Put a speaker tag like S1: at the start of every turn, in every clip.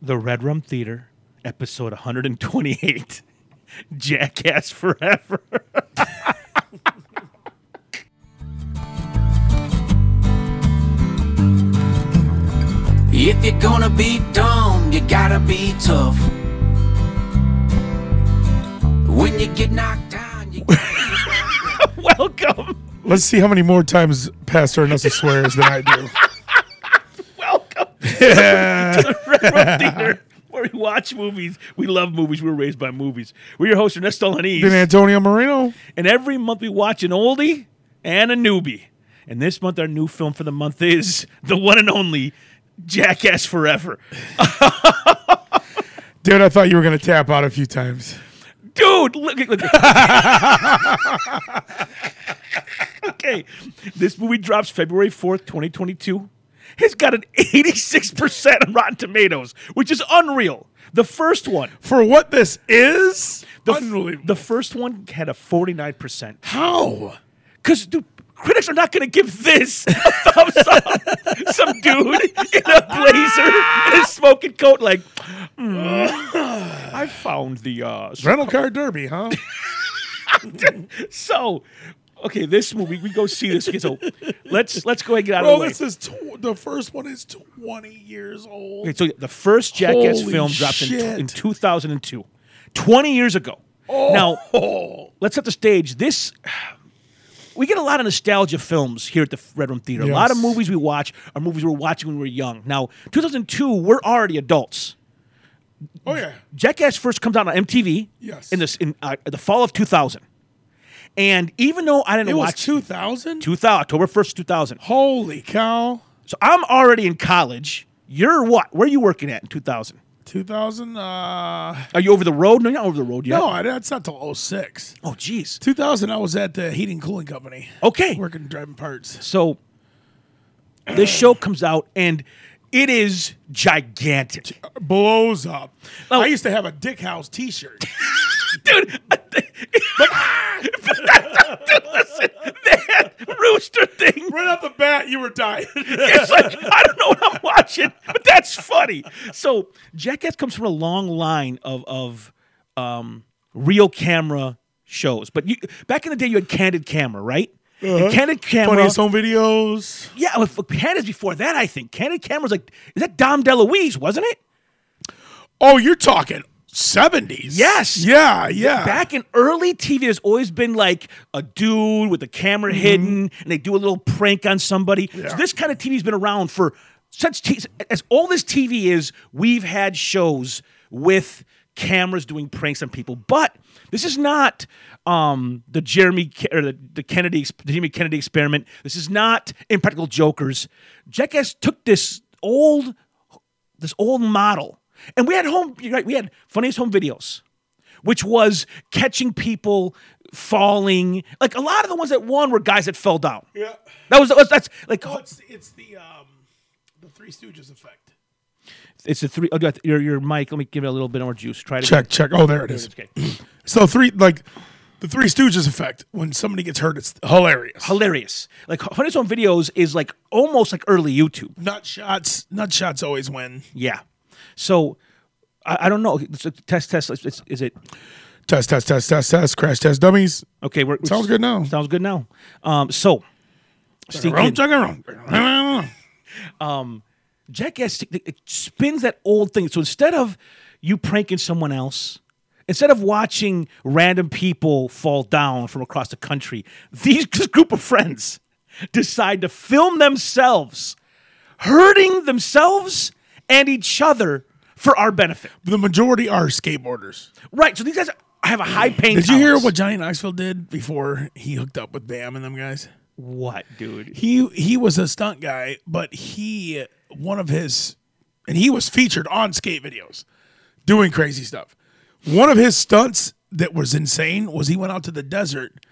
S1: The Red Rum Theater, episode 128 Jackass Forever.
S2: If you're gonna be dumb, you gotta be tough. When you get knocked down, you
S1: Welcome.
S3: Let's see how many more times Pastor Ernesto swears than I do.
S1: Welcome to
S3: Yeah.
S1: the Red Rum Theater, where we watch movies. We love movies. We were raised by movies. We're your host, Ernesto
S3: Then
S1: Lanise.
S3: Antonio Marino.
S1: And every month we watch an oldie and a newbie. And this month, our new film for the month is the one and only Jackass Forever.
S3: Dude, I thought you were going to tap out a few times.
S1: dude look at look at- okay this movie drops february 4th 2022 it's got an 86% on rotten tomatoes which is unreal the first one
S3: For what this is?
S1: the, f-
S3: unbelievable.
S1: the first one had a 49%
S3: how?
S1: because dude critics are not going to give this a thumbs up some dude in a blazer and a smoking coat like "Mm, i found the uh,
S3: Rental car derby, huh?
S1: So, okay, this movie we go see this. Okay, so let's let's go ahead and get out of
S3: Bro,
S1: the way.
S3: this is tw- the first one is 20 years old.
S1: okay, so the first Jackass
S3: Holy
S1: film dropped in,
S3: shit.
S1: in 2002, 20 years ago. Now
S3: oh.
S1: let's set the stage. This we get a lot of nostalgia films here at the Red Room Theater. A lot of
S3: Yes.
S1: movies we watch are movies we were watching when we were young. Now 2002, we're already adults.
S3: Oh, yeah.
S1: Jackass first comes out on MTV.
S3: Yes.
S1: In this in uh, the fall of 2000, and even though I didn't
S3: It was
S1: watch
S3: 2000?
S1: 2000 October 1st 2000.
S3: Holy cow.
S1: So I'm already in college. You're what? Where are you working at in 2000?
S3: 2000? Uh,
S1: Are you over the road? No, you're not over the road yet.
S3: no, I, that's not till 06.
S1: Oh, jeez.
S3: 2000, I was at the heating cooling company.
S1: Okay.
S3: Working driving parts.
S1: So this show comes out and it is gigantic.
S3: Blows up.
S1: Oh.
S3: I used to have a Dick House t shirt.
S1: Dude, listen, that rooster thing.
S3: right off the bat, you were dying.
S1: It's like, I don't know what I'm watching, but that's funny. So Jackass comes from a long line of, of um, real camera shows. But you, back in the day, you had Candid Camera, right? And Candid Camera.
S3: Funniest home videos.
S1: Yeah, well, f- Canada's before that, I think. Canada cameras like is that Dom DeLuise, wasn't it?
S3: Oh, you're talking 70s.
S1: Yes.
S3: Yeah, yeah.
S1: Back in early TV, there's always been like a dude with a camera hidden, and they do a little prank on somebody. So
S3: Mm-hmm. Yeah.
S1: this kind of TV's been around for since t- as all this TV is. We've had shows with cameras doing pranks on people, but this is not um, the Jeremy Ke- or the, the Kennedy ex- the Jimmy Kennedy experiment. This is not Impractical Jokers. Jackass took this old this old model. And we had home, you're right? We had funniest home videos, which was catching people falling. Like a lot of the ones that won were guys that fell down.
S3: Yeah.
S1: That was, that was- that's like
S3: Oh, it's, it's the, um, the Three Stooges effect.
S1: it's a three. Oh, got your your mic. Let me give it a little bit more juice. Try to
S3: Check, check. Oh, there it is.
S1: Okay.
S3: So, three, like, the Three Stooges effect, when somebody gets hurt, it's hilarious.
S1: Hilarious. Like funniest home videos is like almost like early YouTube.
S3: Nut shots, nut shots always win.
S1: Yeah. So I, I don't know. It's a test test. It's, it's, is it
S3: Test, test, test, test, test. Crash test dummies.
S1: okay? We're,
S3: Sounds good now.
S1: Sounds good now. Um. So.
S3: Wrong,
S1: Stinking,
S3: check it wrong.
S1: Jackass it it spins that old thing. So instead of you pranking someone else, instead of watching random people fall down from across the country, these this group of friends decide to film themselves hurting themselves and each other for our benefit.
S3: The majority are skateboarders.
S1: Right. So these guys have a high pain.
S3: Did you hear
S1: tolerance.
S3: what Johnny Knoxville did before he hooked up with Bam and them guys?
S1: What, dude?
S3: He he was a stunt guy, but he one of his and he was featured on skate videos doing crazy stuff. One of his stunts that was insane was he went out to the desert,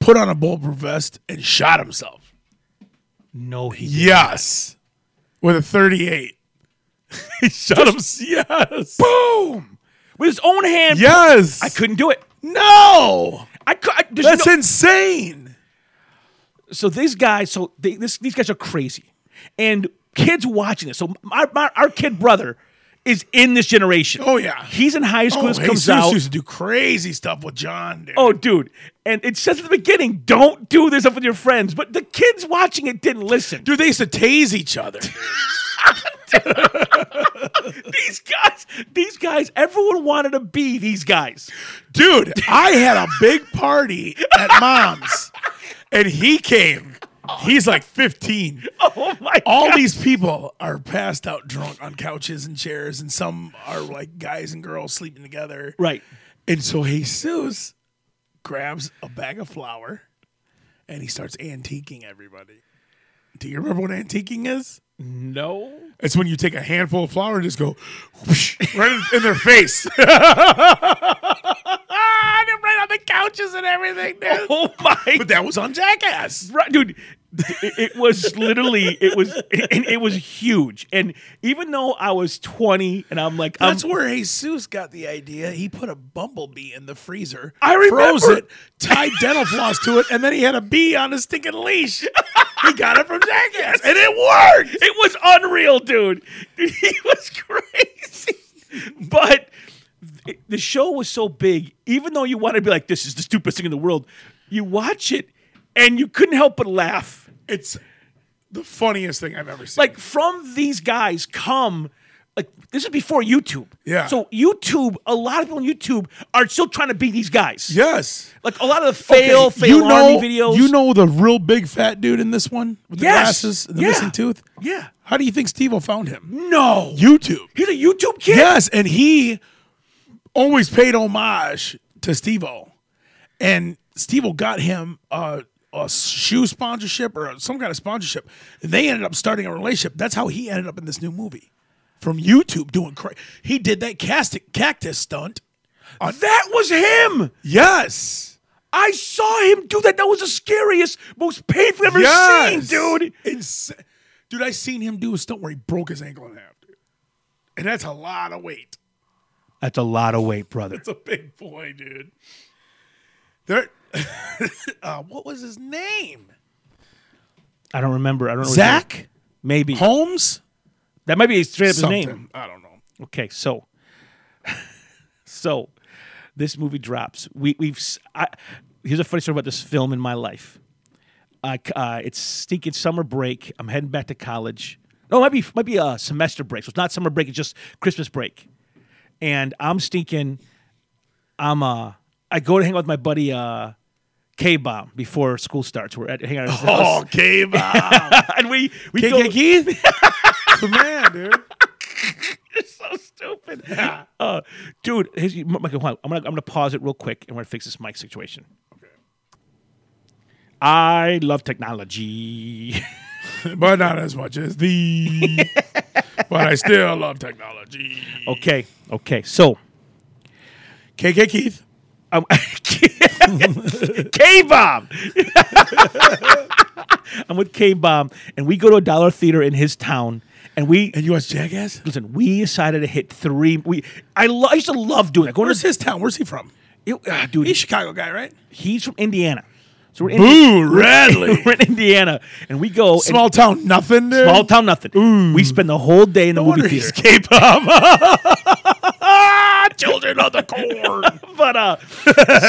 S3: put on a bulletproof vest, and shot himself.
S1: No, he.
S3: Yes. With a 38. he shot him. Yes. Boom.
S1: With his own hand.
S3: Yes.
S1: I couldn't do it.
S3: No.
S1: I could. I, there's
S3: That's
S1: no-
S3: insane.
S1: so these guys, so they, this, these guys are crazy, and kids watching this. So my, my our kid brother is in this generation.
S3: Oh, yeah.
S1: he's in high school.
S3: Oh,
S1: this comes
S3: Jesus
S1: out.
S3: used to do crazy stuff with John. Dude.
S1: Oh, dude. And it says at the beginning, don't do this stuff with your friends. But the kids watching it didn't listen.
S3: dude, they used to tase each other.
S1: These guys, these guys, everyone wanted to be these guys.
S3: Dude, I had a big party at mom's, and he came. He's like 15.
S1: Oh my
S3: All
S1: God.
S3: these people are passed out drunk on couches and chairs, and some are like guys and girls sleeping together.
S1: Right.
S3: And so Jesus grabs a bag of flour and he starts antiquing everybody. Do you remember what antiquing is?
S1: No.
S3: It's when you take a handful of flour and just go whoosh, right in their face.
S1: Ah, they're right on the couches and everything, dude. Oh my
S3: But that was on Jackass.
S1: Right, dude. It, it was literally it was and it was huge. And even though I was 20 and I'm like I'm
S3: That's where Jesus got the idea. He put a bumblebee in the freezer,
S1: I remember.
S3: froze it, tied dental floss to it, and then he had a bee on his stinking leash. he got it from Jackass, and it worked.
S1: It was unreal, dude. Dude, He was crazy. But th- the show was so big, even though you want to be like, this is the stupidest thing in the world, you watch it and you couldn't help but laugh.
S3: It's the funniest thing I've ever seen.
S1: Like, from these guys come, like, this is before YouTube.
S3: Yeah.
S1: So, YouTube, a lot of people on YouTube are still trying to be these guys.
S3: yes.
S1: Like, a lot of the fail,
S3: Okay,
S1: fail army
S3: know,
S1: videos.
S3: You know the real big fat dude in this one with the
S1: Yes.
S3: glasses and the
S1: Yeah.
S3: missing tooth?
S1: Yeah.
S3: How do you think Steve found him?
S1: No.
S3: YouTube.
S1: He's a YouTube kid?
S3: Yes, and he always paid homage to Stevo, and Stevo got him a, a shoe sponsorship or some kind of sponsorship. And they ended up starting a relationship. That's how he ended up in this new movie from YouTube doing cra He did that casti- cactus stunt.
S1: That was him.
S3: Yes,
S1: I saw him do that. That was the scariest, most painful I've ever
S3: yes,
S1: seen, dude.
S3: Insa- dude, I seen him do a stunt where he broke his ankle in half, dude, and that's a lot of weight.
S1: That's a lot of weight, brother.
S3: It's a big boy, dude. There, uh, what was his name?
S1: I don't remember. I don't know. his name.
S3: Zach
S1: Maybe.
S3: Holmes.
S1: That might be straight up his name.
S3: I don't know.
S1: Okay, so. so, this movie drops. We, we've. s- I, here's a funny story about this film in my life. I c uh, it's stinking summer break. I'm heading back to college. No, it might be, might be a semester break. So, it's not summer break, it's just Christmas break. And I'm stinking. I'm uh I go to hang out with my buddy uh K Bomb before school starts. We're at hang out at his house.
S3: okay, Bob.
S1: and we we
S3: Oh, K-
S1: go
S3: K- Keith. the man, dude.
S1: so stupid. Uh, dude, here's, M- Michael, hold on. I'm gonna I'm gonna pause it real quick and we're gonna fix this mic situation. I love technology.
S3: But not as much as the. but I still love technology.
S1: okay, okay. So
S3: KK Keith.
S1: um, K Bomb. I'm with K Bomb, and we go to a dollar theater in his town, and we
S3: And you watch Jackass?
S1: listen. We decided to hit three. We I, lo- I used to love doing that. Going
S3: Where's
S1: to
S3: his town? Where's he from?
S1: you, ah, dude,
S3: He's a Chicago guy, right?
S1: he's from Indiana, so we're in,
S3: Ooh, Radley.
S1: we're in Indiana, and we go and-
S3: Small town, nothing, dude.
S1: small town nothing. We spend the whole day in the movie
S3: wonder
S1: theater.
S3: he's
S1: K-pop,
S3: children of the corn.
S1: but uh,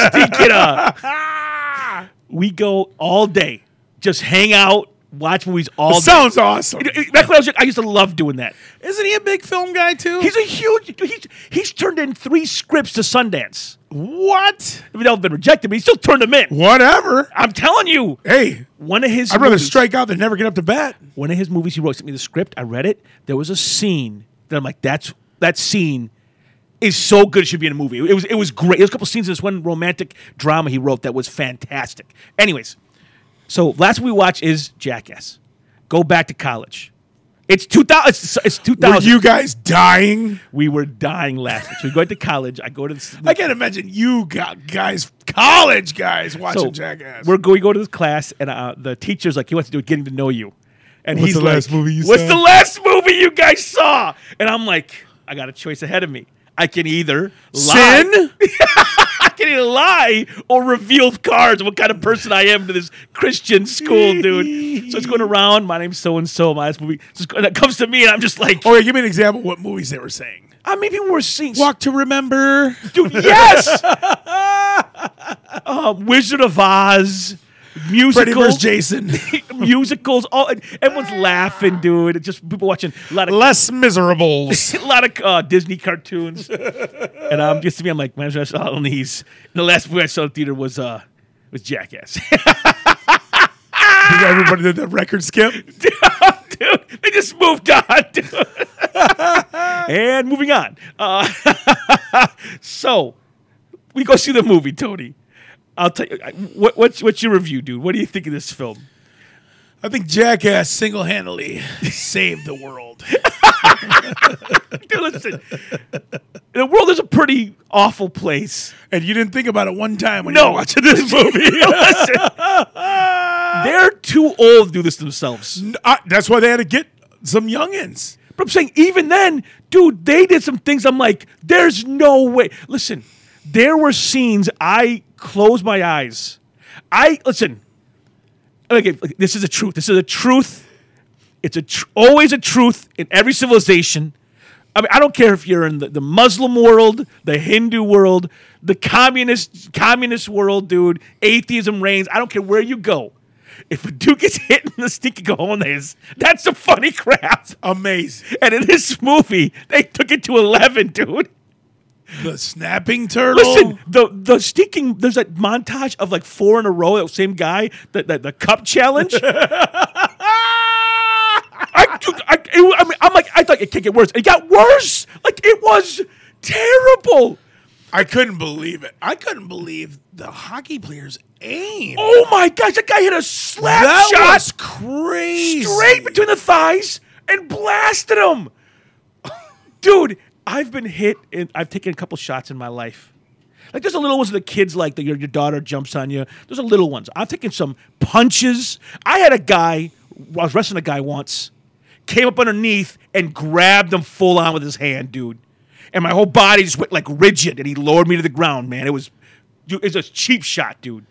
S1: stinking uh, we go all day, just hang out, watch movies all day.
S3: Sounds awesome.
S1: Back when I was young, I used to love doing that.
S3: Isn't he a big film guy too?
S1: He's a huge. He's he's turned in three scripts to Sundance.
S3: what?
S1: I mean, they've all been rejected, but he still turned them in.
S3: Whatever.
S1: I'm telling you,
S3: Hey,
S1: one of his
S3: Eh I'd rather
S1: movies-
S3: strike out than never get up to bat.
S1: one of his movies he wrote sent me the script i read it there was a scene that i'm like that's that scene is so good it should be in a movie it was it was great there's a couple scenes in this one romantic drama he wrote that was fantastic anyways so last we watch is jackass go back to college it's 2000 it's, it's 2000
S3: Were you guys dying?
S1: we were dying laughing so we go to college i go to this
S3: I can't imagine you got guys, college guys, watching
S1: so
S3: Jackass.
S1: We're go, we go to this class, and uh, the teacher's like, he wants to do getting to know you. And
S3: What's
S1: he's
S3: the
S1: like,
S3: last movie you
S1: What's
S3: saw?"
S1: the last movie you guys saw? And I'm like, I got a choice ahead of me. I can either lie,
S3: Sin?
S1: I can either lie or reveal cards what kind of person I am to this Christian school, dude. so it's going around. My name's so and so. My last movie. So it's- and it comes to me, and I'm just like,
S3: oh, yeah, give me an example of what movies they were saying.
S1: I mean, people were seeing.
S3: Walk to remember.
S1: Dude, yes. Uh, Wizard of Oz
S3: Freddy
S1: musicals,
S3: vs. Jason.
S1: musicals. All and everyone's laughing, dude. It's just people watching a lot of
S3: Less miserables.
S1: a lot of uh, Disney cartoons. and um, just to me, I'm like, man, I saw it on these. And the last movie I saw in theater was uh was Jackass.
S3: Everybody did that record skip.
S1: dude, they just moved on. Dude. and moving on. Uh, so we go see the movie, Tony. I'll tell you I- what, what's what's your review, dude. What do you think of this film?
S3: I think Jackass single handedly saved the world.
S1: Dude, listen, the world is a pretty awful place.
S3: And you didn't think about it one time when you
S1: No,
S3: were watching.
S1: this movie. listen, they're too old to do this themselves.
S3: N- I- Uh, that's why they had to get some youngins.
S1: But I'm saying, even then, dude, they did some things. I'm like, there's no way. Listen, there were scenes I closed my eyes. I listen. Okay, okay, this is a truth. This is a truth. It's a tr- always a truth in every civilization. I mean, I don't care if you're in the, the Muslim world, the Hindu world, the communist communist world, dude. Atheism reigns. I don't care where you go. If a dude gets hit in the stinky cojones, that's the funny crap.
S3: Amazing.
S1: And in this movie, they took it to eleven, dude.
S3: The snapping turtle.
S1: Listen, the the stinking there's that montage of like four in a row, that same guy, the the, the cup challenge. I, dude, I, it wa- I mean, I'm like, I thought it can't get worse. It got worse. Like it was terrible.
S3: I couldn't believe it. I couldn't believe the hockey player's aim.
S1: Oh my gosh, that guy hit a slap
S3: that
S1: shot
S3: was crazy.
S1: straight between the thighs and blasted him. Dude, I've been hit and I've taken a couple shots in my life. Like there's a little ones that the kids like that your, your daughter jumps on you. There's a little ones. I've taken some punches. I had a guy, I was wrestling a guy once, came up underneath and grabbed him full on with his hand, dude. And my whole body just went like rigid and he lowered me to the ground, man. It was dude, it's a cheap shot, dude.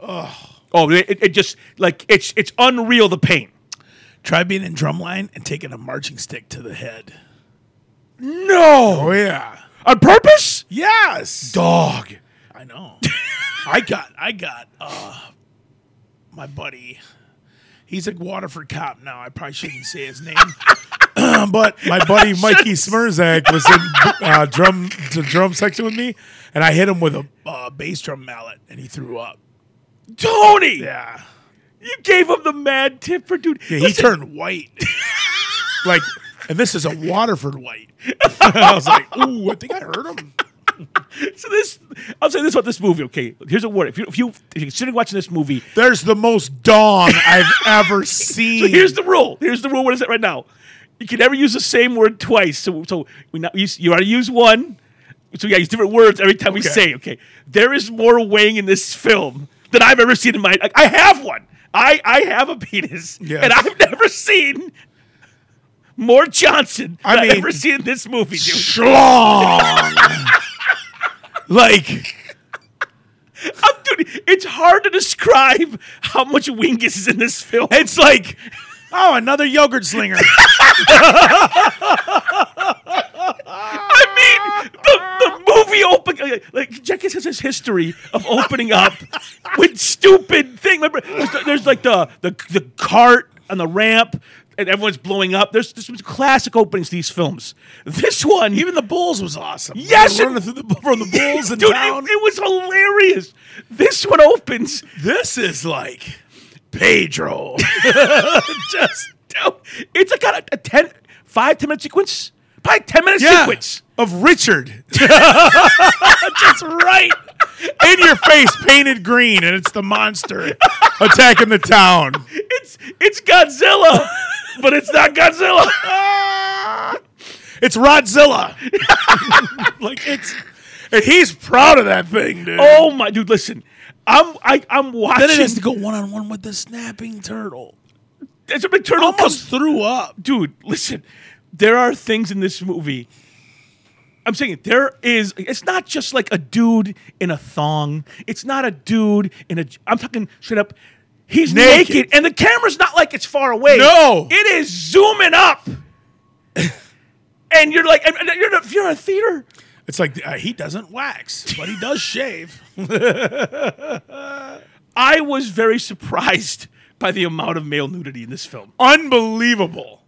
S1: Oh, it, it- it just like it's it's unreal the pain.
S3: Try being in drumline and taking a marching stick to the head.
S1: No.
S3: Oh yeah.
S1: On purpose?
S3: Yes.
S1: Dog.
S3: I know. I got I got uh my buddy. He's a Waterford cop now. I probably shouldn't say his name. but my buddy Mikey Smirzak was in uh, drum the drum section with me, and I hit him with a uh, bass drum mallet, and he threw up.
S1: Tony!
S3: Yeah,
S1: You gave him the mad tip for dude.
S3: yeah he
S1: Listen,
S3: turned white, like, and this is a Waterford white. I was like, ooh, I think I heard him.
S1: so this I'll say this about this movie, okay. Here's a word. If you if you if you're sitting watching this movie,
S3: There's the most dawn I've ever seen.
S1: so here's the rule. Here's the rule. What is it right now? You can never use the same word twice. So so we not use you already use one. So yeah, use different words every time we
S3: Okay.
S1: say, okay. There is more weighing in this film than I've ever seen in my like, I have one. I, I have a penis.
S3: Yes.
S1: And I've never seen more Johnson
S3: I
S1: than I've
S3: mean-
S1: ever seen in this movie, dude.
S3: schlong. like
S1: I'm- dude, it's hard to describe how much Wingus is in this film.
S3: it's like oh another yogurt slinger.
S1: I mean, the, the movie open like Jackass has his history of opening up with stupid thing. Remember, there's, the- there's like the, the the cart on the ramp. And everyone's blowing up. There's this was classic openings to these films. This one,
S3: Even the bulls was awesome.
S1: Yes,
S3: They were
S1: it-
S3: running through the, from the bulls in
S1: dude, it-
S3: town.
S1: It, was hilarious. This one opens.
S3: this is like Pedro. Just
S1: dude, It's like got a, a 10, five, 10 minute sequence. Probably ten minute sequence.
S3: of Richard. That's right. In your face, painted green, and it's the monster attacking the town.
S1: It's it's Godzilla, but it's not Godzilla.
S3: It's Rodzilla. like it's, and he's proud of that thing, dude.
S1: Oh my dude, listen. I'm I, I'm watching.
S3: Then it has to go one on one with the snapping turtle.
S1: There's a big turtle.
S3: Almost threw up.
S1: comes- dude, listen. There are things in this movie. I'm saying there is. It's not just like a dude in a thong. It's not a dude in a. I'm talking straight up. He's naked,
S3: Naked.
S1: and the camera's not like it's far away.
S3: No.
S1: it is zooming up. and you're like, and and you're in a, you're in a theater.
S3: It's like uh, he doesn't wax, but he does shave.
S1: I was very surprised by the amount of male nudity in this film.
S3: Unbelievable.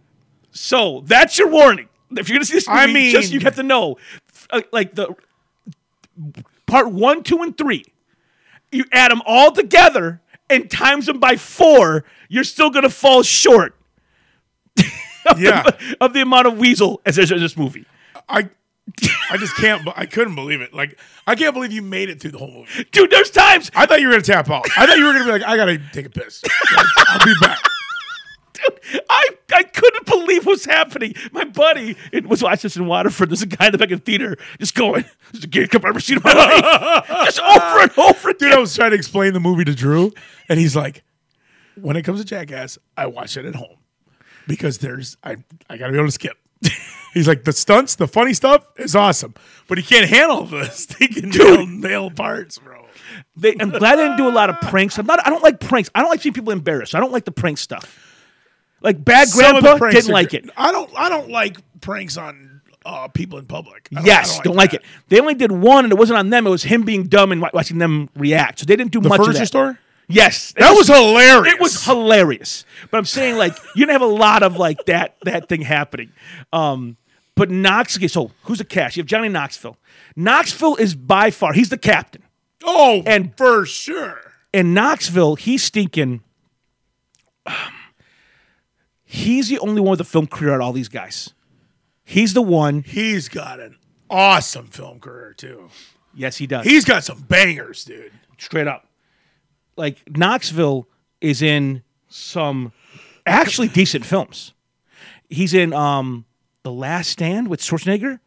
S1: So that's your warning. If you're gonna see this movie,
S3: I
S1: just
S3: mean-
S1: you have to know, uh, like the part one, two, and three. You add them all together and times them by four, you're still gonna fall short
S3: Yeah,
S1: of the amount of weasel as there's in this movie.
S3: I, I just can't. be- I couldn't believe it. Like I can't believe you made it through the whole movie.
S1: Dude, there's times
S3: I thought you were gonna tap out. I thought you were gonna be like, I gotta take a piss. Like, I'll be back.
S1: I, I couldn't believe what's happening. My buddy it was watching this in Waterford. There's a guy in the back of the theater just going, This is the gayest cup I've ever seen in my life. just over and over again.
S3: Dude, I was trying to explain the movie to Drew, and he's like, "When it comes to Jackass, I watch it at home because there's I I gotta be able to skip." He's like, "The stunts, the funny stuff is awesome, but he can't handle the stinking nail, nail parts, bro."
S1: They, I'm glad I didn't do a lot of pranks. I'm not. I don't like pranks. I don't like seeing people embarrassed. I don't like the prank stuff. Like bad
S3: Some of the
S1: grandpa
S3: pranks
S1: didn't
S3: are
S1: like
S3: great.
S1: it.
S3: I don't. I don't like pranks on uh, people in public. I
S1: yes,
S3: I
S1: don't, like,
S3: that.
S1: it. They only did one, and it wasn't on them. It was him being dumb and wa- watching them react. So they didn't do
S3: The
S1: much. of
S3: furniture
S1: that.
S3: store.
S1: Yes,
S3: That was hilarious.
S1: It was hilarious. But I'm saying like you didn't have a lot of like that that thing happening. Um, but Knox. Okay, so who's the cast? You have Johnny Knoxville. Knoxville is by far he's the captain.
S3: oh,
S1: and-
S3: and for sure.
S1: in Knoxville, he's stinking. um, He's the only one with a film career out of all these guys. He's the one.
S3: He's got an awesome film career too.
S1: Yes, he does.
S3: He's got some bangers, dude.
S1: straight up. Like Knoxville is in some actually decent films. He's in um The Last Stand with Schwarzenegger.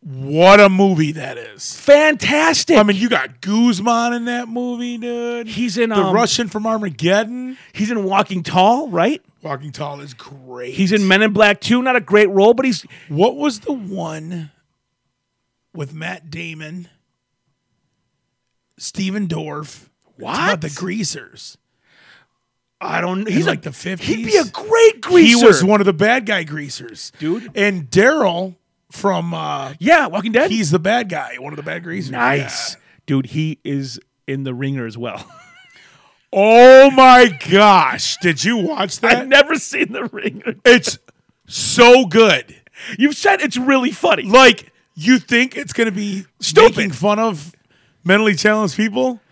S3: What a movie that is.
S1: Fantastic.
S3: I mean, you got Guzman in that movie, dude.
S1: He's in,
S3: the
S1: um,
S3: Russian from Armageddon.
S1: he's in Walking Tall, right?
S3: Walking Tall is great.
S1: He's in Men in Black 2, not a great role, but he's
S3: What was the one with Matt Damon, Steven Dorff? It's
S1: What?
S3: about the Greasers?
S1: I don't
S3: He's
S1: he's
S3: like
S1: like
S3: the fifties.
S1: He'd be a great greaser.
S3: He was one of the bad guy Greasers,
S1: Dude.
S3: And Daryl from uh,
S1: Yeah, Walking Dead.
S3: he's the bad guy, one of the bad Greasers.
S1: Nice.
S3: Yeah.
S1: Dude, he is in the ringer as well.
S3: Oh my gosh! Did you watch that?
S1: I've never seen the ringer.
S3: It's so good.
S1: You've said it's really funny.
S3: Like you think it's gonna be
S1: Stupid.
S3: making fun of mentally challenged people,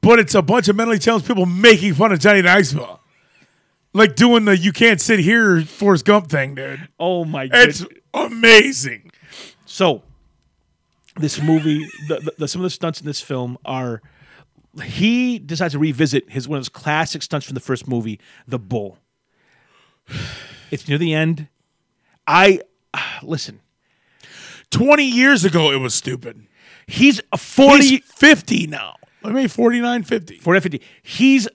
S3: but it's a bunch of mentally challenged people making fun of Johnny Knoxville, like doing the "you can't sit here" Forrest Gump thing, dude.
S1: oh my
S3: It's
S1: god.
S3: amazing.
S1: So this movie, the, the, the- some of the stunts in this film are he decides to revisit his one of his classic stunts from the first movie, the bull. It's near the end. I listen.
S3: Twenty years ago, it was stupid.
S1: He's a forty.
S3: He's fifty now. I mean, 49, 50.
S1: 40, 50. He's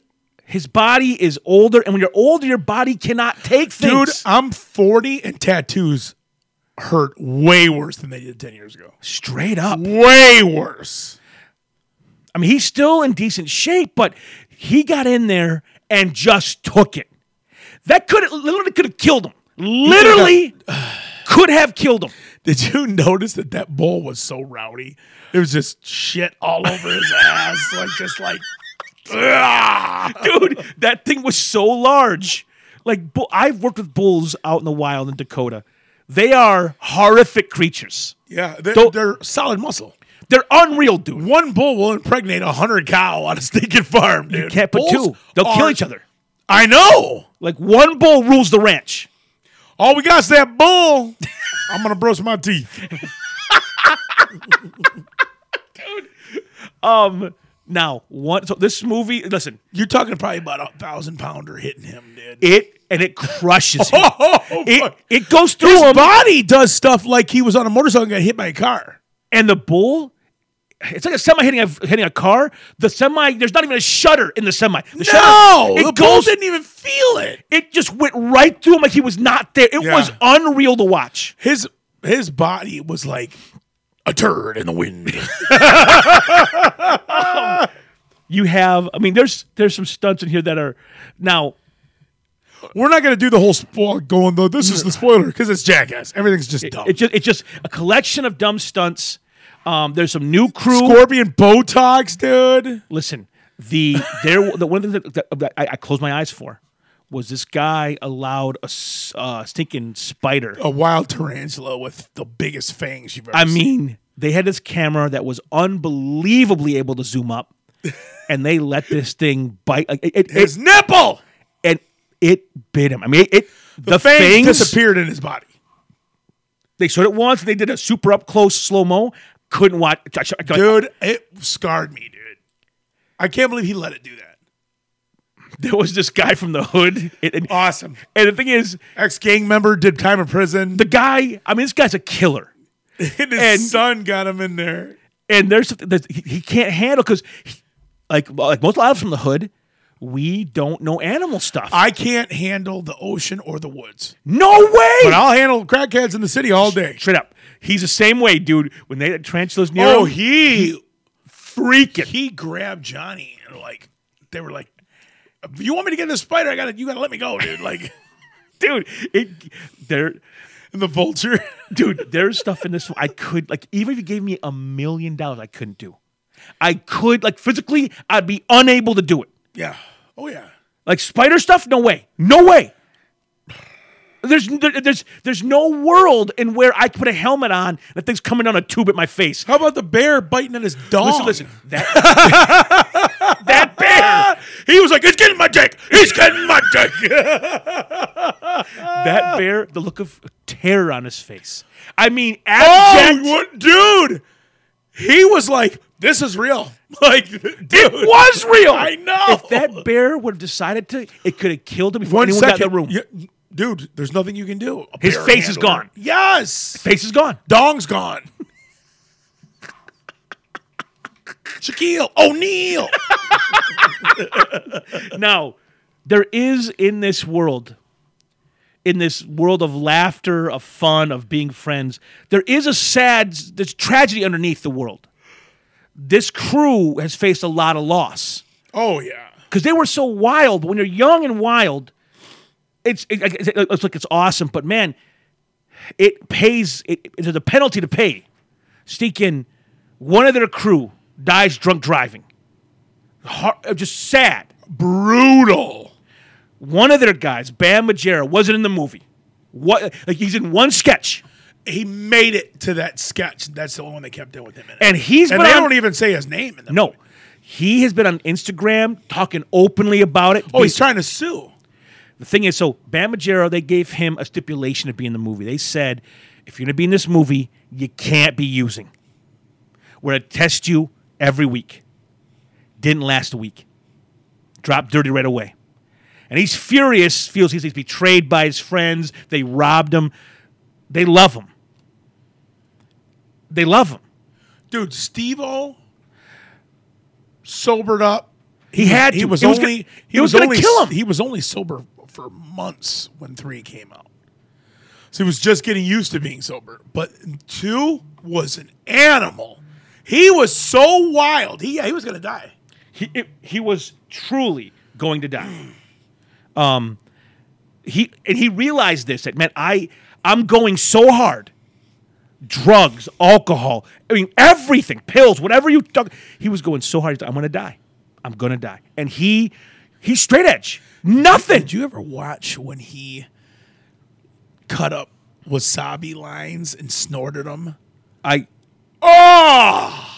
S1: his body is older, and when you're older, your body cannot take
S3: Dude,
S1: things.
S3: I'm 40 and tattoos hurt way worse than they did 10 years ago.
S1: straight up.
S3: Way worse.
S1: I mean, he's still in decent shape, but he got in there and just took it. That could literally could have killed him. Literally could have killed him.
S3: Did you notice that that bull was so rowdy? It was just shit all over his ass, like just like. ah.
S1: Dude, that thing was so large. Like bull, I've worked with bulls out in the wild in Dakota. They are horrific creatures.
S3: Yeah, they're,
S1: Don't-
S3: they're solid muscle.
S1: They're unreal, dude.
S3: One bull will impregnate a hundred cow on a stinking farm, dude.
S1: Can't put two.
S3: Bulls
S1: They'll kill
S3: are-
S1: each other.
S3: I know.
S1: Like one bull rules the ranch.
S3: All we got is that bull. I'm gonna brush my teeth.
S1: Um, now one. So this movie, listen,
S3: You're talking probably about a thousand pounder hitting him, dude.
S1: it and it crushes him.
S3: Oh,
S1: it
S3: fuck.
S1: it goes through
S3: his
S1: him,
S3: body does stuff like he was on a motorcycle and got hit by a car.
S1: and the bull. It's like a semi hitting a hitting a car. The semi, there's not even a shutter in the semi. The
S3: No,
S1: shutter, it
S3: the bull
S1: goes.
S3: didn't even feel it.
S1: It just went right through him like he was not there. It
S3: Yeah.
S1: was unreal to watch.
S3: His his body was like a turd in the wind.
S1: You have, I mean, there's there's some stunts in here that are now
S3: We're not going to do the whole spoiler going though. This is the spoiler because it's jackass. Everything's just dumb.
S1: It's just, it's just a collection of dumb stunts. Um, there's some new crew.
S3: Scorpion Botox, dude.
S1: Listen, the there the one of the things that, that I, I closed my eyes for was this guy allowed a s- uh, stinking spider.
S3: A wild tarantula with the biggest fangs you've ever
S1: I
S3: seen.
S1: mean, they had this camera that was unbelievably able to zoom up, and they let this thing bite. Like, it, it-
S3: His nipple.
S1: and it bit him. I mean, it the,
S3: Fangs,
S1: fangs.
S3: disappeared in his body.
S1: They showed it once. And they did a super up close slow mo. Couldn't watch. I- I- I-
S3: Dude, it scarred me, dude. I can't believe he let it do that.
S1: There was this guy from the hood, and, and-
S3: Awesome.
S1: and the thing is,
S3: Ex gang member did time in prison.
S1: the guy. I mean, this guy's a killer.
S3: and his
S1: and-
S3: son got him in there.
S1: and there's something that he, he can't handle because like like most lives from the hood we don't know animal stuff
S3: I can't handle the ocean or the woods,
S1: no way
S3: but I'll handle crackheads in the city all day.
S1: straight up he's the same way dude when they had tarantulas near
S3: Oh,
S1: him,
S3: he
S1: freaking
S3: he grabbed Johnny and like they were like, "You want me to get this spider? I gotta, you gotta let me go, dude!" Like,
S1: dude it there
S3: and the vulture.
S1: dude there's stuff in this i could like even if you gave me a million dollars i couldn't do i could like physically i'd be unable to do it
S3: yeah. Oh yeah.
S1: Like spider stuff? No way. No way. There's there- there's there's no world in where I put a helmet on and that thing's coming down a tube at my face.
S3: How about the bear biting at his dog?
S1: Listen, listen. That that bear,
S3: He was like, "He's getting my dick. He's getting my dick."
S1: that bear, the look of terror on his face. I mean,
S3: oh,
S1: abject.
S3: what- dude. He was like, "This is real." Like, dude, it
S1: was real.
S3: I know.
S1: If that bear would have decided to, it could have killed him before
S3: One
S1: anyone
S3: second,
S1: got in the room.
S3: Yeah, dude, there's nothing you can do. A
S1: His
S3: bear
S1: face is
S3: handler.
S1: gone.
S3: Yes.
S1: Face is gone.
S3: Dong's gone. Shaquille O'Neal.
S1: Now, there is in this world, in this world of laughter, of fun, of being friends, there is a sad, there's tragedy underneath the world. This crew has faced a lot of loss
S3: oh yeah.
S1: because they were so wild. But When you're young and wild, it's it, it's, it's like it's awesome, but man, it pays. It, it- there's a penalty to pay. Stinking, one of their crew dies drunk driving. Har- uh, just sad
S3: Brutal.
S1: one of their guys, Bam Majera, wasn't in the movie. What like he's in one sketch,
S3: He made it to that sketch. That's the only one they kept in with him. In it.
S1: and he's
S3: and
S1: been
S3: they
S1: on,
S3: don't even say his name in the
S1: no, he has been on Instagram talking openly about it.
S3: Oh, he's trying to sue.
S1: the thing is, so Bam Majera, they gave him a stipulation to be in the movie. They said, if you're gonna be in this movie, you can't be using. We're gonna test you every week. Didn't last a week. Dropped dirty right away. And he's furious, feels he's, he's betrayed by his friends. They robbed him. They love him. They love him.
S3: Dude, Steve O sobered up.
S1: He had to.
S3: He was
S1: It
S3: only
S1: gonna-
S3: he
S1: it
S3: was,
S1: was gonna
S3: only
S1: kill him.
S3: He was only sober for months when three came out. So he was just getting used to being sober. But two was an animal. He was so wild. He yeah, he was gonna die.
S1: he, it, he was truly going to die. Um, he and he realized this that man, I I'm going so hard, drugs, alcohol, I mean everything, pills, whatever you. Talk, he was going so hard. he's like, I'm going to die. I'm going to die. And he he's straight edge. Nothing.
S3: Did you ever watch when he cut up wasabi lines and snorted them?
S1: I
S3: Oh,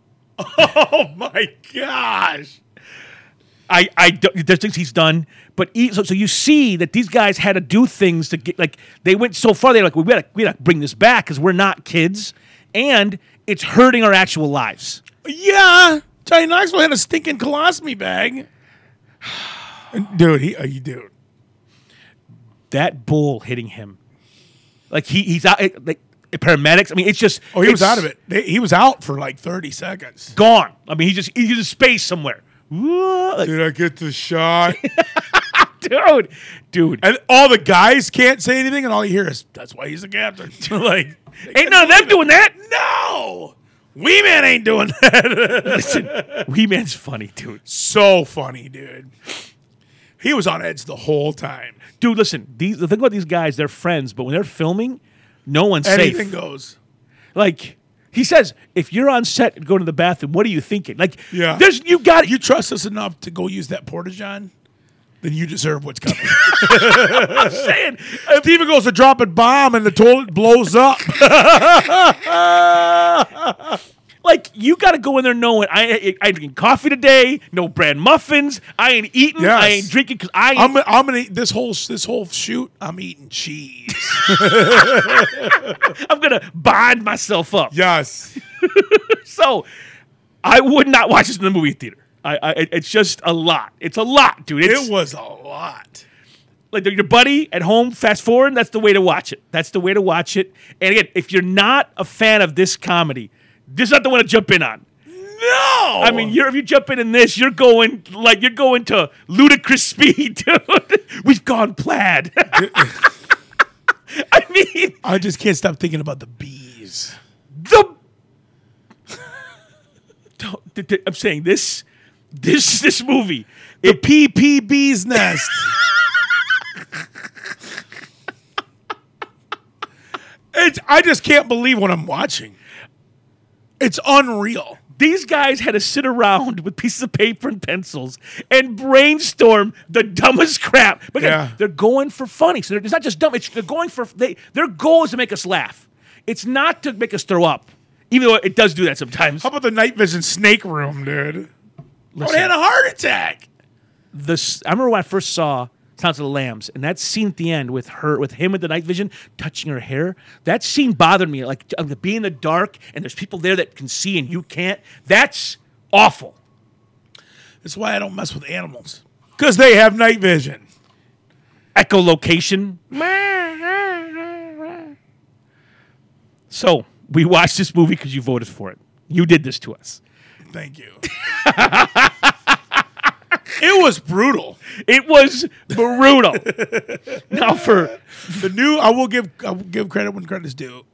S3: oh my gosh.
S1: I, I don't, there's things he's done, but he, so, so you see that these guys had to do things to get like they went so far. They're like, we gotta we gotta bring this back because we're not kids, and it's hurting our actual lives.
S3: Yeah, Johnny Knoxville had a stinking colostomy bag. dude, he, uh, you dude.
S1: That bull hitting him, like he he's out it- like paramedics. I mean, it's just
S3: Oh, he was
S1: it's
S3: out of it. They, he was out for like thirty seconds.
S1: gone. I mean, he just he's in space somewhere. Whoa, like,
S3: Did I get the shot?
S1: dude, dude,
S3: and all the guys can't say anything, and all you hear is, "That's why he's the captain." like,
S1: ain't none of them doing that.
S3: no, Wee Man ain't doing that.
S1: Listen, Wee Man's funny, dude.
S3: so funny, dude. He was on edge the whole time.
S1: Dude, listen. These the thing about these guys, they're friends, but when they're filming, no one's
S3: Anything
S1: safe.
S3: goes.
S1: Like he says, if you're on set and going to the bathroom, what are you thinking? Like,
S3: Yeah.
S1: there's you got
S3: You trust us enough to go use that porta john, then you deserve what's coming.
S1: saying.
S3: Steven goes to drop a bomb and the toilet blows up.
S1: Like you got to go in there knowing I I, I drinking coffee today, no bran muffins. I ain't eating.
S3: Yes.
S1: I ain't drinking because I.
S3: I'm, I'm gonna eat this whole this whole shoot. I'm eating cheese.
S1: I'm gonna bind myself up.
S3: Yes.
S1: So I would not watch this in the movie theater. I, I it- it's just a lot. It's a lot, dude. It's
S3: It was a lot.
S1: like your buddy at home. Fast forward. That's the way to watch it. That's the way to watch it. And again, if you're not a fan of this comedy, this is not the one to jump in on.
S3: No.
S1: I mean, you're, if you jump in in this, you're going like you're going to ludicrous speed, dude. We've gone plaid. I mean,
S3: I just can't stop thinking about the bees.
S1: the. Don't- th- th- I'm saying this, this, this movie.
S3: The PP bees nest. it's I just can't believe what I'm watching. It's unreal.
S1: These guys had to sit around with pieces of paper and pencils and brainstorm the dumbest crap. But again,
S3: Yeah.
S1: they're going for funny. So they're, it's not just dumb. It's they're going for they. Their goal is to make us laugh. It's not to make us throw up, even though it does do that sometimes.
S3: How about the night vision snake room, dude? I
S1: Listen.
S3: had a heart attack.
S1: the s- I remember when I first saw Sounds of the Lambs, and that scene at the end with her, with him with the night vision touching her hair. That scene bothered me. Like t- to be in the dark, and there's people there that can see and you can't. That's awful.
S3: That's why I don't mess with animals. Because they have night vision.
S1: Echolocation. So we watched this movie because you voted for it. You did this to us.
S3: Thank you. it was brutal.
S1: It was brutal. now for
S3: The new I will give I will give credit when credit's due.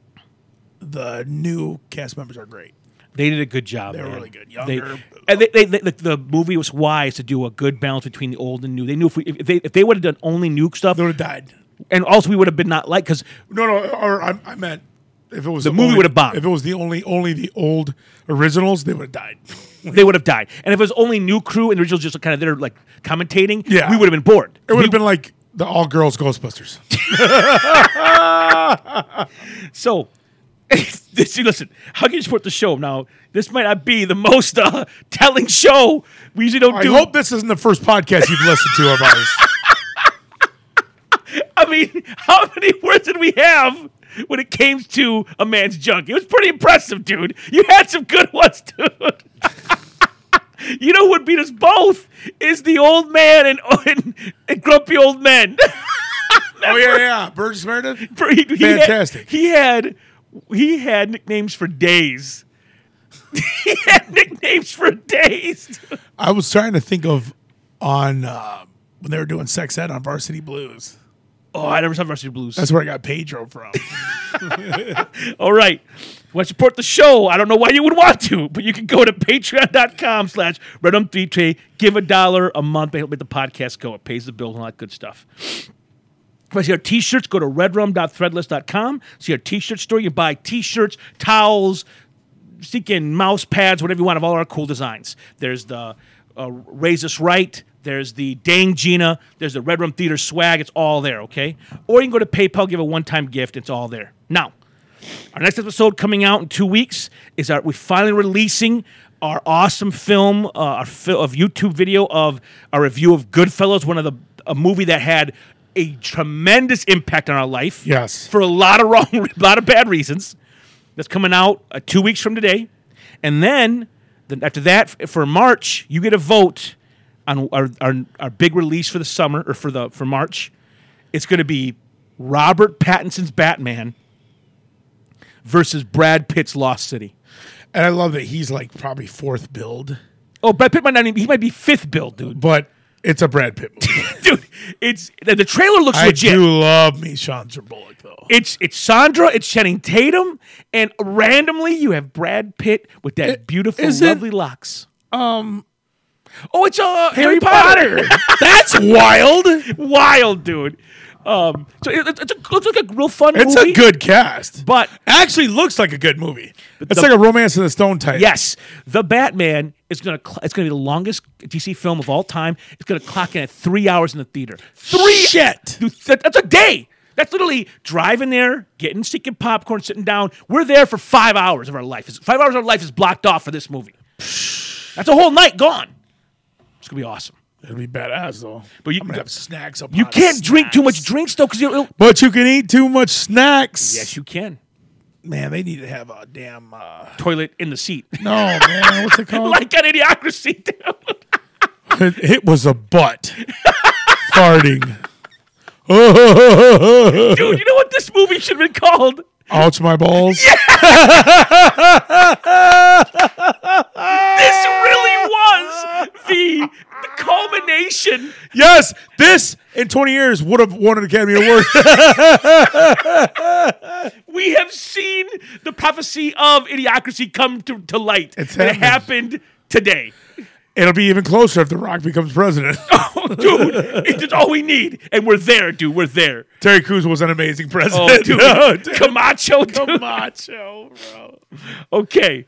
S3: The new cast members are great.
S1: They did a good job. They
S3: were
S1: man.
S3: really good.
S1: They-
S3: Younger.
S1: and they, they, they- the, the movie was wise to do a good balance between the old and new. They knew if, we, if they if they would have done only new stuff,
S3: They would have died.
S1: and also we would have been not like because
S3: No, no, or I, I meant if it was the,
S1: movie
S3: only-
S1: would've bombed.
S3: If it was the only only the old originals, they would have died.
S1: they would have died. And if it was only new crew and the originals just kind of there like commentating,
S3: Yeah.
S1: we would have been bored.
S3: It would have been like the all girls Ghostbusters.
S1: So, see, listen, how can you support the show? Now, this might not be the most uh, telling show. We usually don't
S3: I
S1: do.
S3: hope this isn't the first podcast you've listened to of ours.
S1: I mean, how many words did we have when it came to a man's junk? It was pretty impressive, dude. You had some good ones, dude. you know what beat us both is the old man and, and, and grumpy old men.
S3: oh yeah, yeah, Burgess Meredith.
S1: He- he had-
S3: Fantastic.
S1: He had he had nicknames for days. he had nicknames for days.
S3: I was trying to think of on uh, when they were doing sex ed on Varsity Blues.
S1: Oh, I never saw Varsity Blues.
S3: That's where I got Pedro from.
S1: All right. Want to support the show? I don't know why you would want to, but you can go to patreon.com slash redum3t, give a dollar a month, they help make the podcast go. It pays the bills and all that good stuff. If I see our t-shirts, go to redrum.threadless.com. See our t-shirt store. You buy t-shirts, towels, seeking mouse pads, whatever you want of all our cool designs. There's the uh, Raise Us Right. There's the Dang Gina. There's the Red Room Theater swag. It's all there, okay? Or you can go to PayPal, give a one-time gift. It's all there. Now, our next episode coming out in two weeks is our we're finally releasing our awesome film, uh, our fil- of YouTube video of our review of Goodfellas, one of the a movie that had a tremendous impact on our life.
S3: Yes.
S1: for a lot of wrong, a lot of bad reasons. That's coming out uh, two weeks from today, and then, then after that f- for March you get a vote on our, our our big release for the summer or for the for March. It's going to be Robert Pattinson's Batman versus Brad Pitt's Lost City.
S3: and I love that he's like probably fourth build,
S1: Oh, Brad Pitt might not even, he might be fifth build, dude.
S3: but it's a Brad Pitt movie.
S1: Dude, it's the, the trailer looks
S3: I
S1: legit.
S3: do love me Chandra Bullock though.
S1: It's it's Sandra, it's Channing Tatum, and randomly you have Brad Pitt with that beautiful,
S3: is it-
S1: lovely locks. Oh, it's uh, Harry,
S3: Um, Harry
S1: Potter.
S3: Potter. That's wild.
S1: Wild, dude. Um, so it, it's, a, it's like a real fun
S3: It's
S1: movie.
S3: a good cast.
S1: but
S3: actually looks like a good movie. It's
S1: the-
S3: like a Romance of the Stone type.
S1: yes, the Batman is gonna cl- it's gonna be the longest DC film of all time. It's gonna clock in at three hours in the theater. Three
S3: Shit.
S1: Dude, that- that's a day. That's literally driving there, getting seeking popcorn, sitting down. We're there for five hours of our life. It's- Five hours of our life is blocked off for this movie. That's a whole night gone. It's gonna be awesome.
S3: It'll be badass though.
S1: But you-
S3: I'm gonna have snacks up.
S1: You can't drink too much drinks though, because you'll.
S3: But you can eat too much snacks.
S1: Yes, you can.
S3: man, they need to have a damn. Uh,
S1: Toilet in the seat,
S3: no, man, what's it called?
S1: like an idiocracy. Dude.
S3: it, it was a butt farting.
S1: dude, you know what this movie should have been called?
S3: Ouch, my balls.
S1: This really was the, the culmination.
S3: Yes, this in 20 years would have won an Academy Award.
S1: We have seen the prophecy of idiocracy come to, to light.
S3: It's
S1: And it
S3: happened.
S1: happened today.
S3: It'll be even closer if The Rock becomes president.
S1: dude, it's all we need. And we're there, dude. We're there.
S3: Terry Crews was an amazing president.
S1: Oh, dude.
S3: No, dude.
S1: Camacho, dude. Camacho, bro. Okay.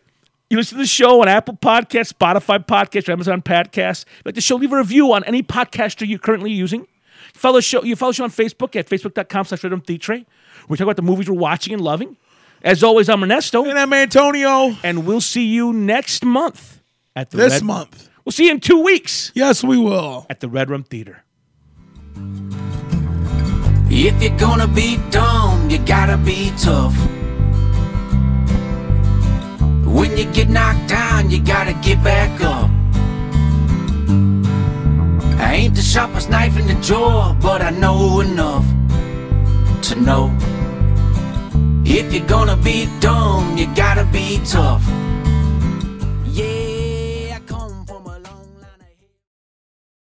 S1: You listen to the show on Apple Podcasts, Spotify Podcasts, or Amazon Podcasts. If you Like the show, leave a review on any podcaster you're currently using. Follow the show, you follow the show on Facebook at facebook.com slash rhythm theatre. We talk about the movies we're watching and loving. As always, I'm Ernesto,
S3: And I'm Antonio.
S1: and we'll see you next month at the
S3: This
S1: Red-
S3: month.
S1: We'll see you in two weeks
S3: Yes, we will.
S1: at the Red Room Theater.
S2: If you're gonna be dumb, you gotta be tough. When you get knocked down, you gotta get back up. I ain't the sharpest knife in the drawer, but I know enough to know. If you're gonna be dumb, you gotta be tough.